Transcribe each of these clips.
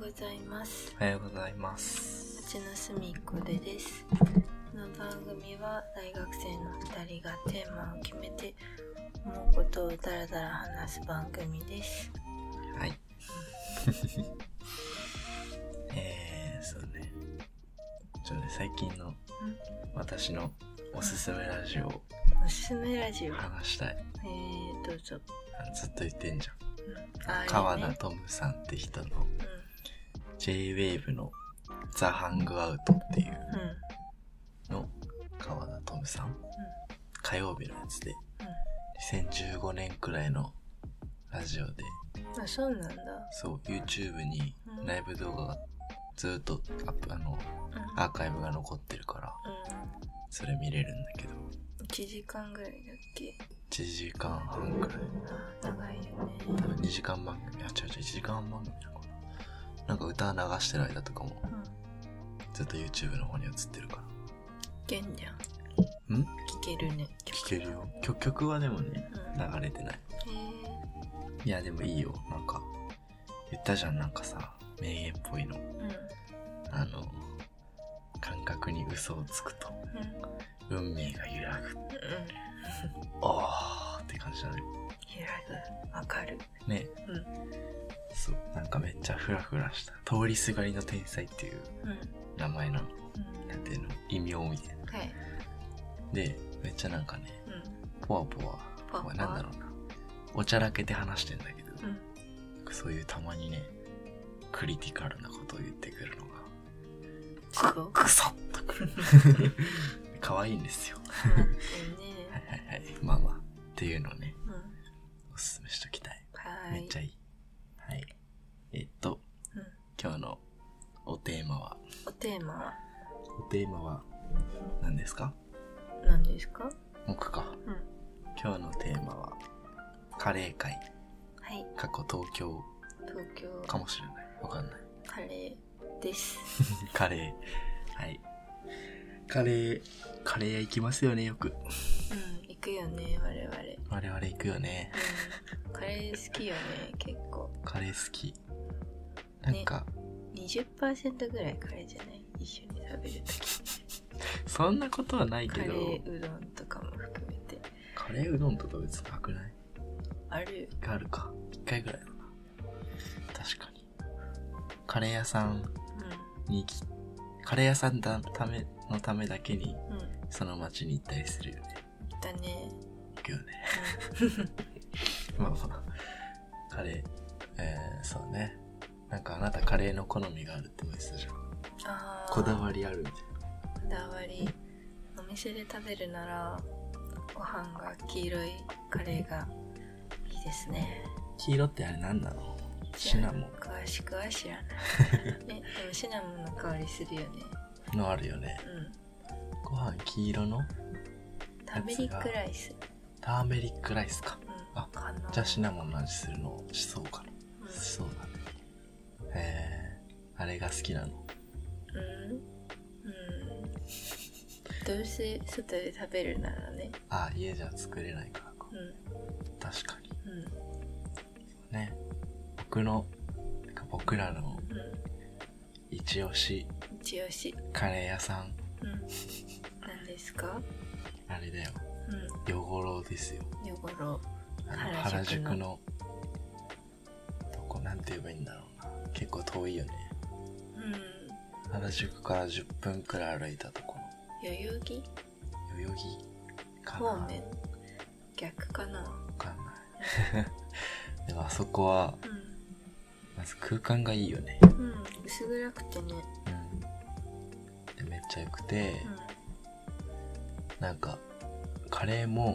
ございますおはようございます。うちのすみっこでですこの番組は大学生の2人がテーマを決めて思うことをだらだら話す番組ですはい。 えー、そうね。ちょっとね、最近の私のおすすめラジオをおすすめラジオえ話したい。ー、どうぞ、あのずっと言ってんじうん、ゃん。あ川れ田ねトムさんって人の J-Wave のザ・ハングアウトっていううんうんの川田トムさん火曜日のやつでう2015年くらいのラジオでんあそうなんだそう YouTube にライブ動画がずっとアップあのうんアーカイブが残ってるからうそれ見れるんだけどん1時間ぐらいだっけ1時間半くらいあ長いよね多分2時間番組あ違う違う1時間半番組なのかななんか歌流してる間とかもうんずっと YouTube の方に映ってるからけんじゃんん聞けるね聴けるよ曲曲はでもねうん流れてないへえいやでもいいよなんか言ったじゃんなんかさ名言っぽいのうんあの感覚に嘘をつくとうん運命が揺らぐうんあーって感じだね揺らぐわかるねうんそうなんかめっちゃフラフラした通りすがりの天才っていううんう名前なのんなんていうの異名みたいなはいでめっちゃなんかねうんポワポワポワポワお前なんだろうなおちゃらけて話してんだけど、うんそういうたまにねクリティカルなことを言ってくるのがす ごいクソッとくる 可愛いんですようんいいはいねはいはいまあまあっていうのをねうんおすすめしときたいはめーっいちゃいいはいえっとうん今日のおテーマはおテーマはおテーマは何ですか何ですか僕かうん今日のテーマはカレー会はい過去東京東京かもしれないわ かんないカレー ですカレーはいカレーカレー屋行きますよねよくうん行くよね我々我々行くよねうんカレー好きよね結構カレー好きなんか、 20%ぐらいカレーじゃない一緒に食べるとそんなことはないカけレどーうどんとかも含めてカレーうどんとか別になくないあるよ一回あるか一回ぐらいだな確かにカレー屋さんにきカレー屋さんだためのためだけにうんうんその町に行ったりするよねだね行くよねまあまあカレーえー、そうねなんかあなたカレーの好みがあるって言ってたじゃんあーこだわりあるみたいこだわりお店で食べるならご飯が黄色いカレーがいいですねな黄色ってあれなんだろうシナモ詳しくは知ら ないえでもシナモンの香りするよねンのあるよねうんご飯黄色のターメリックライス、ターメリックライスかうん、あかなじゃあシナモンの味するのしそうかなうんしそうだねえー、あれが好きなのうん、うん、どうせ外で食べるならねあ家じゃ作れないからかう確かにんうね僕のてか僕らのんう一押しん一押しカレー屋さんうん何ですかあれだようヨゴロですよん汚ろあの原原宿宿ののどこなんて言えばいいんだろうな結構遠いよねうん原宿から10分くらい歩いたとこ代々木ろ代々木かな方面逆かなわかんない でもあそこはうまず空間がいいよねん、うん、薄暗くてねうんでめっちゃ良くて、うなんかカレーもん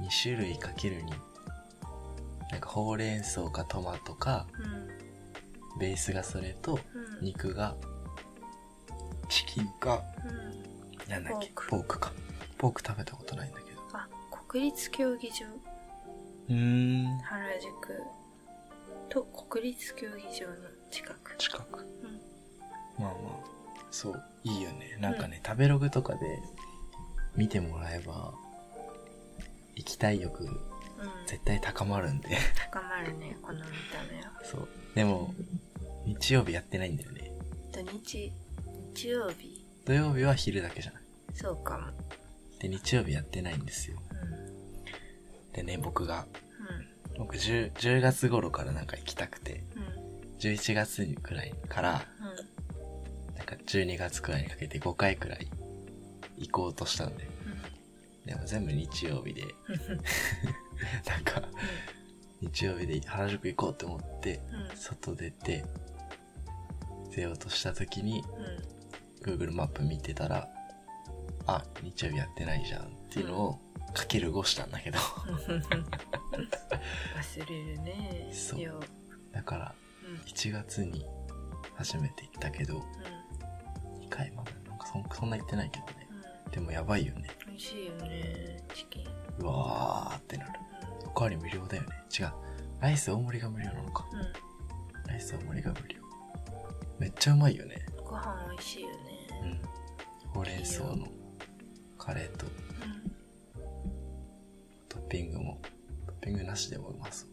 うん2種類かけるになんかほうれん草かトマトかうんベースがそれとうん肉がチキンかうんなんだっけポークポークかポーク食べたことないんだけどあ国立競技場うーん原宿と国立競技場の近く近く、んまあまあそういいよねなんかね、食べログとかで見てもらえば行きたい欲うん絶対高まるんで 高まるねこの見た目はそうでも日曜日やってないんだよね。土日日曜日土曜日は昼だけじゃない。そうかもで、日曜日やってないんですよ。うんでね、僕が、僕 10, 10月頃からなんか行きたくて、うん11月くらいから、うんうんなんか12月くらいにかけて5回くらい行こうとしたんで、でも全部日曜日で、なんか、日曜日で原宿行こうと思って、うんうん外出て、出ようとした時に、うん Google マップ見てたら、あ、日曜日やってないじゃんっていうのを、かける5したんだけど。 忘れるねそうよだかうんうら、ん1月に初めて行ったけど、2回までなんかそんそんな行ってないけどね。うでもやばいよね。ん美味しいよねチキンうわーってなる。おかわり無料だよね。違う。ライス大盛りが無料なのか。うん、ライス大盛りが無料。めっちゃうまいよね。うん、ご飯美味しいよねうん。ほうれん草のカレーとうトッピングも、トッピングなしでもうまそう。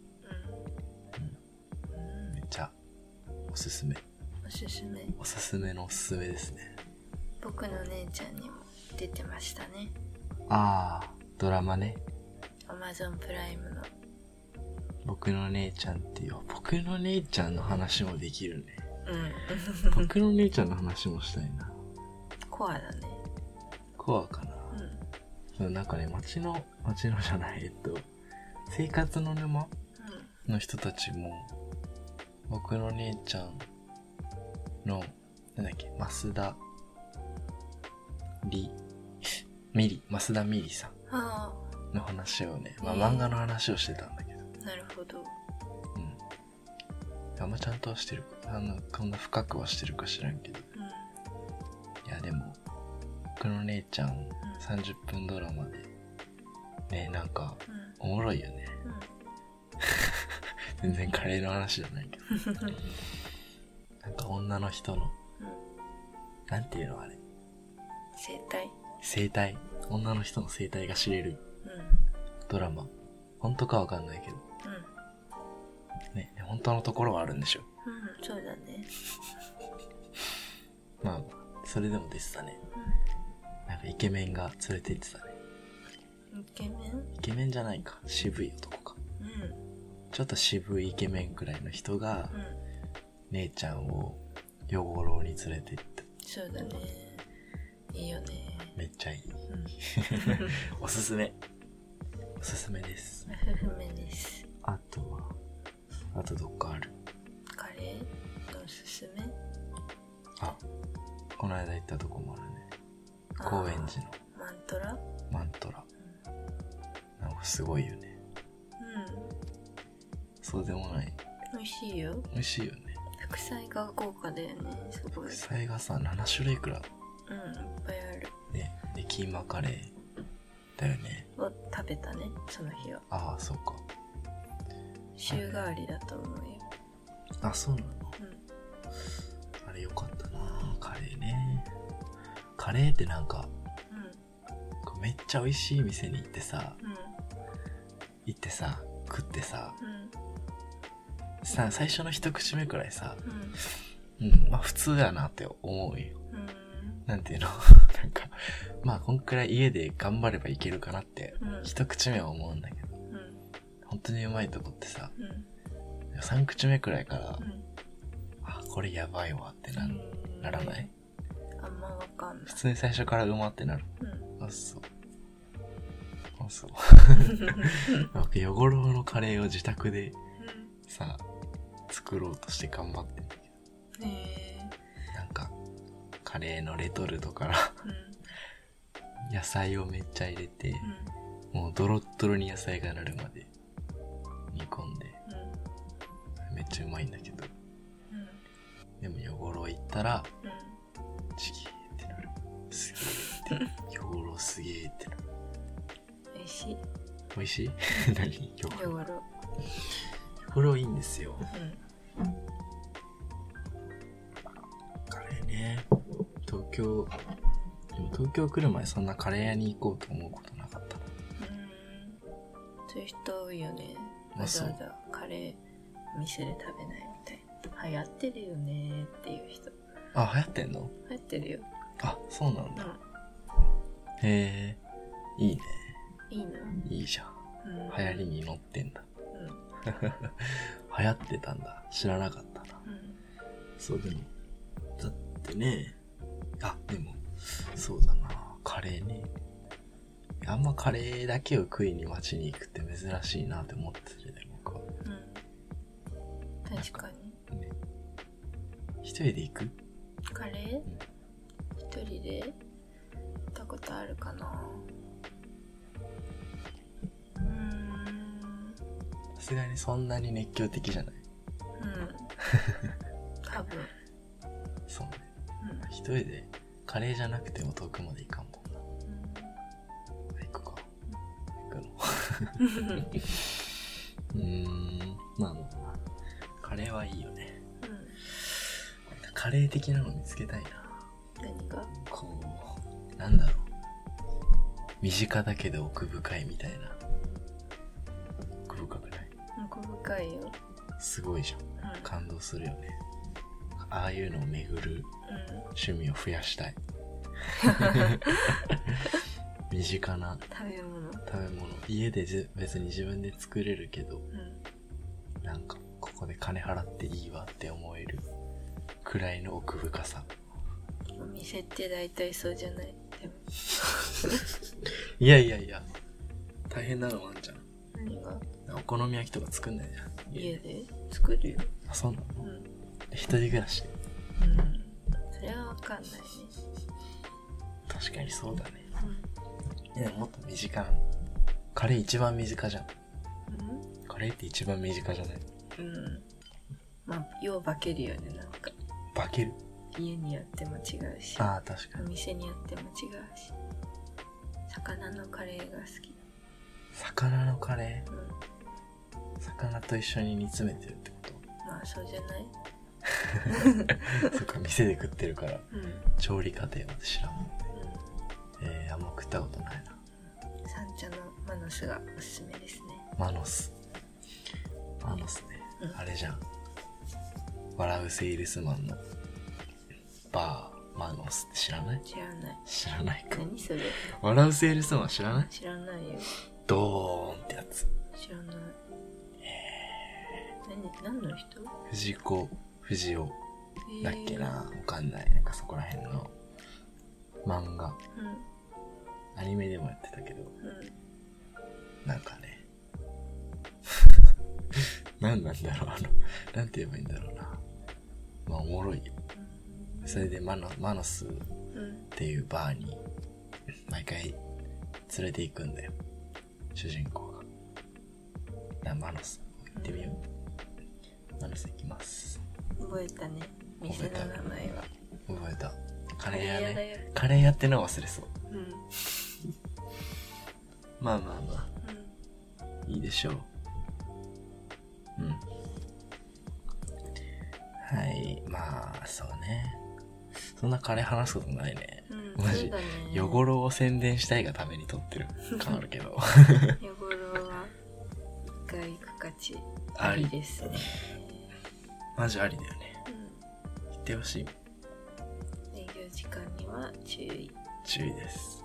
んうんめっちゃおすすめ。うんおすすめおすすめのおすすめですね。僕の姉ちゃんにも出てましたねああ、ドラマね。 Amazon プライムの僕の姉ちゃんっていう、僕の姉ちゃんの話もできる ね。うん 僕の姉ちゃんの話もしたいな。コアだねコアかな。うんうんそうなんかね、街の、街のじゃない、えっと、生活の沼の人たちも、僕の姉ちゃんの、なんだっけ、増田、り、 みり、増田みりさあんの話をね、まあへえ漫画の話をしてたんだけど、あなるほどうん。あんまちゃんとはしてるか、あの、こんな深くはしてるか知らんけど、うんいやでも、僕の姉ちゃん30分ドラマで、ね、なんか、うおもろいよね。んうん全然カレーの話じゃないけど。 なんか女の人の、うんなんていうのあれ、生態生態、女の人の生態が知れるうんうんドラマ。本当かわかんないけど、ね、本当のところはあるんでしょ。うんそうだねまあ、それでも出てたね。なんかイケメンが連れて行ってたね。うんイケメンイケメンじゃないか。渋い男か。うんちょっと渋いイケメンくらいの人が、うん姉ちゃんを養護老に連れて行って、そうだねいいよねめっちゃいい。うんおすすめ。おすすめです。おすすめですあとは、あとどっかある。カレーのおすすめあ、この間行ったとこもあるね。高円寺のあーマントラマントラ。なんかすごいよね。うそうでもない。ん美味しいよ美味しいよね。副菜が豪華だよねすごい副菜がさ、7種類くらい。うんいっぱいあるね。で、キーマカレーだよね。を食べたねその日はああ、そうか。週替わりだと思うよあ、そうなのうんあれよかったなカレーね。カレーってなんか、こうめっちゃ美味しい店に行ってさ、うん行ってさ、食ってさ、うんさ、最初の一口目くらいさ、うんうん、まあ普通やなって思うよ。うんなんていうの なんか、まあこんくらい家で頑張ればいけるかなって、うん一口目は思うんだけど、うん本当にうまいとこってさ、うん三口目くらいからう、んあ、これやばいわってな、うんならないあんまわかんな普通に最初からうまってなる。いうんあ、そう。あ、そう。 なんか、汚ろのカレーを自宅でさ、作ろうとして頑張ってんだけうんへえど、なんか、カレーのレトルトからう ん野菜をめっちゃ入れて、うんもうドロッドロに野菜がなるまで煮込んで、うめっちゃうまいんだけど。んうんでも、汚ろ行ったら、うんちぎーってなる。すげーって。汚ろすげーってなる。美味しい美味しい 何汚ヨろ。ガロ汚ろいいんですよ。うんカレーね。東京、でも東京来る前そんなカレー屋に行こうと思うことなかったな。うんそういう人多いよねあわざわそざカレー店で食べないみたいな流行ってるよねっていう人あ、流行ってんの流行ってるよあ、そうなんだ。へえ、いいね。いいな、いいじゃん。うん、流行りに乗ってんだ。うん流行ってたんだ。知らなかったな。うんそう、でも、だってね、あ、でも、そうだな。カレーね。あんまカレーだけを食いに街に行くって珍しいなって思ってるね、僕は。うん、確かにね。一人で行くカレー一人で行ったことあるかなう ーんさすがにそんなに熱狂的じゃないうん多分そうね。一人でカレーじゃなくても遠くまで行かんもんな。行くか。行くの。 うんうんうーん、なんだろうな。カレーはいいよね。カレー的なの見つけたいな。何がこう、なんだろう。身近だけど奥深いみたいな。奥深くない奥深いよすごいじゃん。うん感動するよね。ああいうのを巡るうん趣味を増やしたい。身近な食べ物食べ物。家でじ別に自分で作れるけど、うんなんかここで金払っていいわって思えるくらいの奥深さお店って大体そうじゃないでもいやいやいや大変なのもあんじゃん何がお好み焼きとか作んないじゃん家で作るよあそうなのうん、うん、一人暮らしそれはわかんないね、確かにそうだねういやもっと身近なカレー一番身近じゃんんうんカレーって一番身近じゃないうん。まあ、よう化けるよね、なんか。化ける家にやっても違うし、ああ確かおに店にやっても違うし。魚のカレーが好き。魚のカレうん。ー魚と一緒に煮詰めてるってこまあ、そうじゃないとそっか店で食ってるからうん。調理過程まで知らんもんねえー、あんま食ったことないな三茶のマノスがおすすめですね。マノス。マノスね。うんあれじゃん。笑うセールスマンのバー、マノスって知らない知らない。知らないか。何それ笑うセールスマン知らない知らないよ。ドーンってやつ。知らない。何、何の人藤子、藤尾だっけな。わかんない。なんかそこら辺の漫画。えーうん。アニメでもやってたけど、うん。なんかね。 何なんだろうあの、なんて言えばいいんだろうな。まあおもろいよ。それでマノマノスうん。っていうバーに毎回連れて行くんだよ主人公がなマノス行ってみようマノス行きます覚えたね。店の名前は。覚えたカレーカ屋レーね屋だよカレー屋ってのは忘れそううん。うん。まあまあまあいいでしょううんはいまあそうねそんなカレー話すことないねうん、マジそうだね。汚ろを宣伝したいがために撮ってる感あるけ ど汚れは一回行く価値あありりですね。マジありだよねう言ってほしいん、営業時間には注意。注意です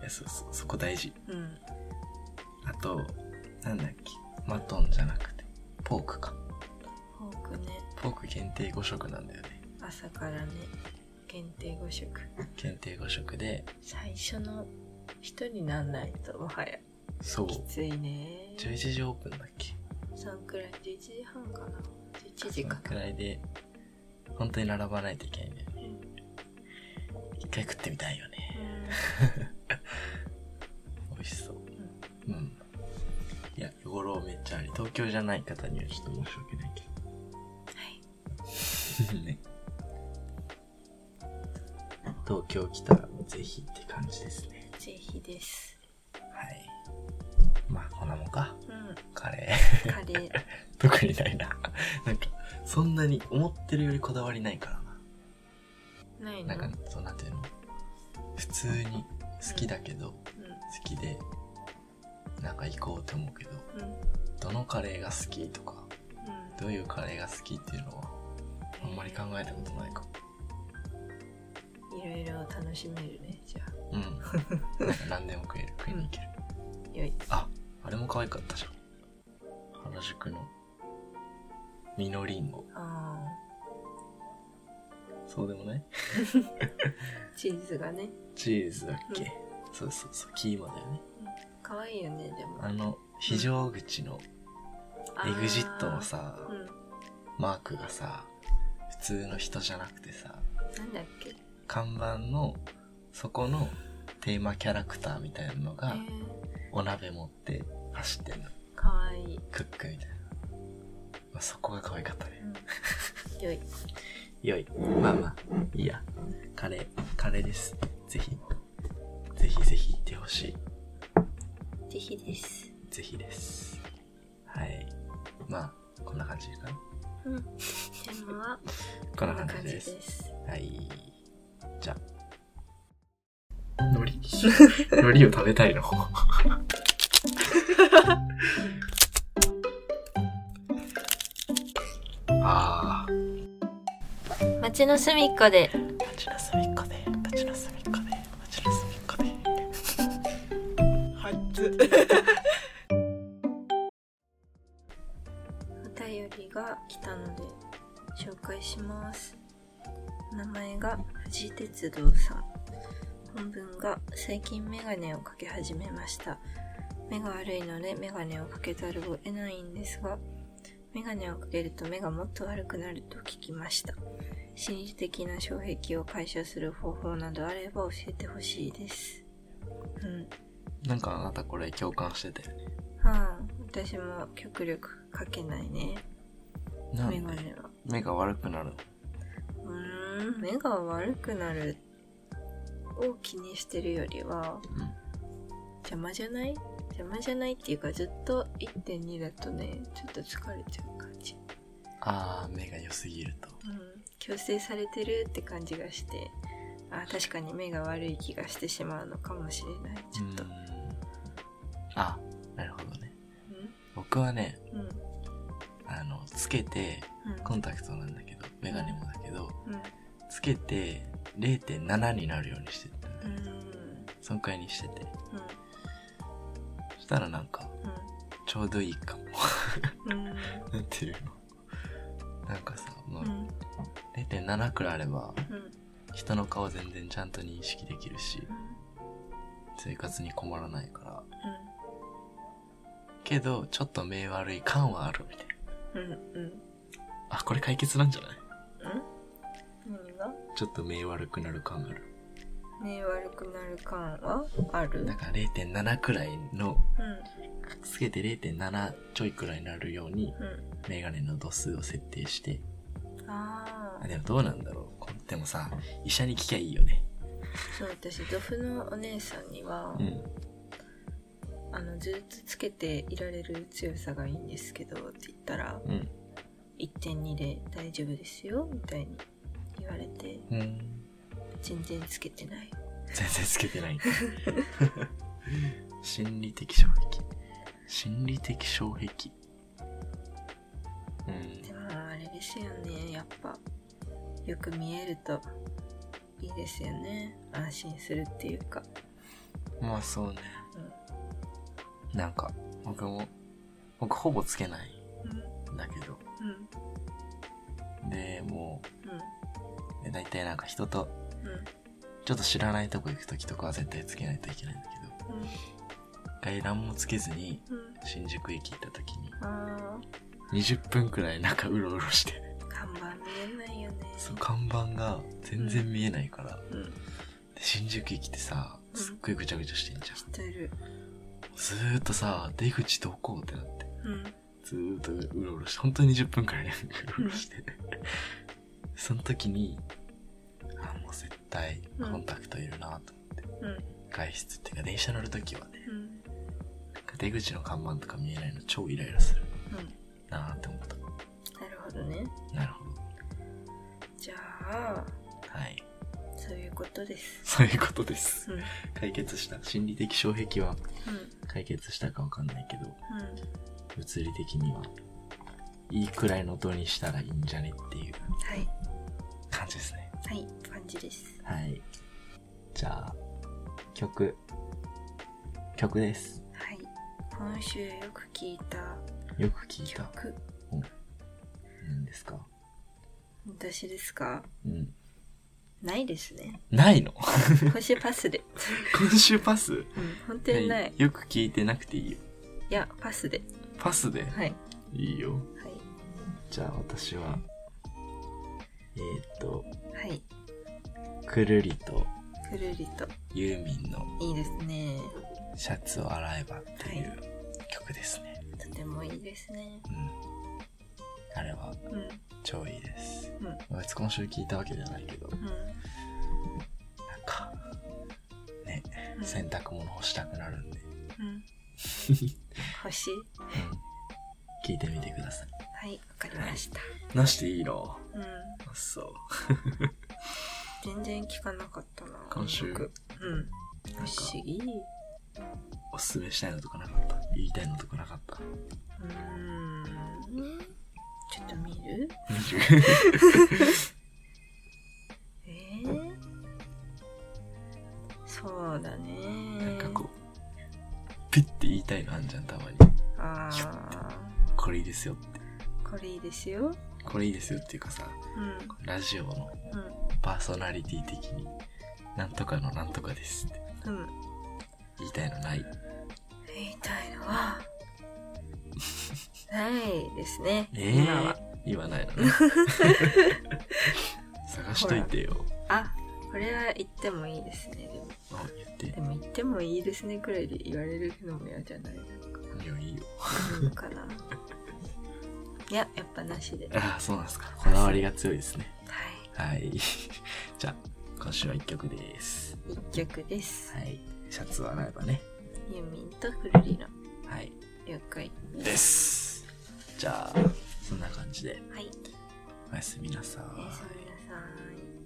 いやそうそうそこ大事うん、あとなんだっけマトンじゃなくてポークかフォークね、ポーク限定5食なんだよね朝からね、限定5食。限定5食で最初の人になんないともはやそうきついね。 11時オープンだっけそんくらい11時半かな。11時かそのくな。らいで本当に並ばないといけないんだよねうん、うん一回食ってみたいよね美味しそううん、いや汚ろめっちゃあり東京じゃない方にはちょっと申し訳ないけはい。 どね東京来たらぜひって感じですねぜひです。はい。まあ、こんなもんか。うん、カレー。 カレー。特にないな。なんか、そんなに思ってるよりこだわりないからないな。のなんか、そうなんていうの。普通に好きだけど、好きで、なんか行こうって思うけど、うん、うん、どのカレーが好きとか、うん。どういうカレーが好きっていうのは、あんまり考えたことないかもいろいろ楽しめるねじゃあうん なんか何でも食える食いに行ける、よいああれも可愛かったじゃん原宿のミノリンゴあそうでもないーチーズがねチーズだっけ、そうそうそうキーマだよね可愛いよねでもあの非常口のエグジットのさ、あーうんマークがさ普通の人じゃなくてさなんだっけ看板のそこのテーマキャラクターみたいなのえがー、お鍋持って走ってんのかわいい、クックみたいな、まあ、そこが可愛かったねうん、よいよいまあまあいいやカレーカレーですぜひぜひぜひ行ってほしいぜひですぜひですはいまあこんな感じかなうんテーマはこんな感じですすはいじゃあ海苔海苔 を食べたいのああ街の隅っこで町の隅っこで町の隅っこで町の隅っこではお便りが来たので紹介します名前が富士鉄道さん本文が最近メガネをかけ始めました目が悪いのでメガネをかけざるを得ないんですがメガネをかけると目がもっと悪くなると聞きました心理的な障壁を解消する方法などあれば教えてほしいですうんなんかあなたこれ共感してたよねうん、私も極力かけないねなメんガでネは目が悪くなるのうーん目が悪くなるを気にしてるよりはうん邪魔じゃない邪魔じゃないっていうかずっと1.2だとねちょっと疲れちゃう感じああ目が良すぎるとうん強制されてるって感じがしてあ確かに目が悪い気がしてしまうのかもしれないちょっとうーんあなるほどねう僕はねんうんあのつけてうんコンタクトなんだけどメガネもだけどうんつけて0.7になるようにしてた、うんそんくらいにしててうんそしたらなんかちょうどいいかもうんうんなんていうの なんかさ、まあうん0.7くらいあればうん人の顔全然ちゃんと認識できるし生活に困らないからけどちょっと目悪い感はあるみたいうんうんうんなあこれ解決なんじゃない何がちょっと目悪くなる感がある目悪くなる感はあるだから0.7くらいのうつけて0.7ちょいくらいになるようにんうメガネの度数を設定してんあああでもどうなんだろうこでもさ医者に聞きゃいいよねそう私ドフのお姉さんには、うんあのずっとつけていられる強さがいいんですけどって言ったらうん1.2で大丈夫ですよみたいに言われてうん全然つけてない全然つけてない 心理的障壁心理的障壁うんでもあれですよねやっぱよく見えるといいですよね安心するっていうかまあそうねなんか僕も僕ほぼつけないうんうんんだけどうんでもうで大体なんか人とうんうんちょっと知らないとこ行く時とかは絶対つけないといけないんだけど一回何もつけずにうんうん新宿駅行った時にああ20分くらいなんかうろうろして看板見えないよね そう看板が全然見えないから、うんで新宿駅ってさすっごいぐちゃぐちゃしてんじゃん、知ってるずーっとさ出口どこってなってうんずーっとうろうろして本当に20分くらいなんか うろうろしてその時にあもう絶対コンタクトいるなと、うん外出っていうか電車乗る時はねうんなんか出口の看板とか見えないの超イライラするうんなーって思ったなるほどねなるほどじゃあはいそういうことですそういうことですうんうん解決した心理的障壁は解決したかわかんないけど物理的にはいいくらいの音にしたらいいんじゃねっていうはい感じですね。はい感じですはい。じゃあ、曲。曲です。はい今週よく聞いたよく聞いた。曲何ですか私ですかうん。ないですねないの今週パ スで 今週パスうん本当にないはよく聞いてなくていいよ。いやパスでパスではいいいよ。はじゃあ私は、えーっと、いはいくるりとくるりとユーミンのいいですねシャツを洗えばっていう曲ですね。とてもいいですねうん。あれはうんうん超いいです。うんまあ別に今週聞いたわけじゃないけど、なんか、ね、うん洗濯物干したくなる んで、うん星聞いてみてください。はいわかりましたなしていいのうんあ、そう。全然聞かなかったな今週僕うん不なんか思議おすすめしたいのとかなかった言いたいのとかなかったうーんちょっと見るえー、そうだね なんかこう、ピッて言いたいのあんじゃん、たまに。ああこれいいですよって。これいいですよこれいいですよっていうかさ、うんラジオのうんパーソナリティ的に、なんとかのなんとかですってうん言いたいのない。言いたいの はないですね、え今はー、言わないの ね。探しといてよ。あこれは言ってもいいですねでもあ、言って。でも言ってもいいですねくらいで言われるのも嫌じゃないなんかいいよ、いいよ。いいの かないややっぱなしではいああ、そうなんですか。こだわりが強いですね。はい。 じゃあ、今週は一曲です。一曲です、はい。シャツを洗えばね。ユーミンとフルリのはい。了解です。じゃあ、そんな感じで、はいおやすみなさおやすい。みなさい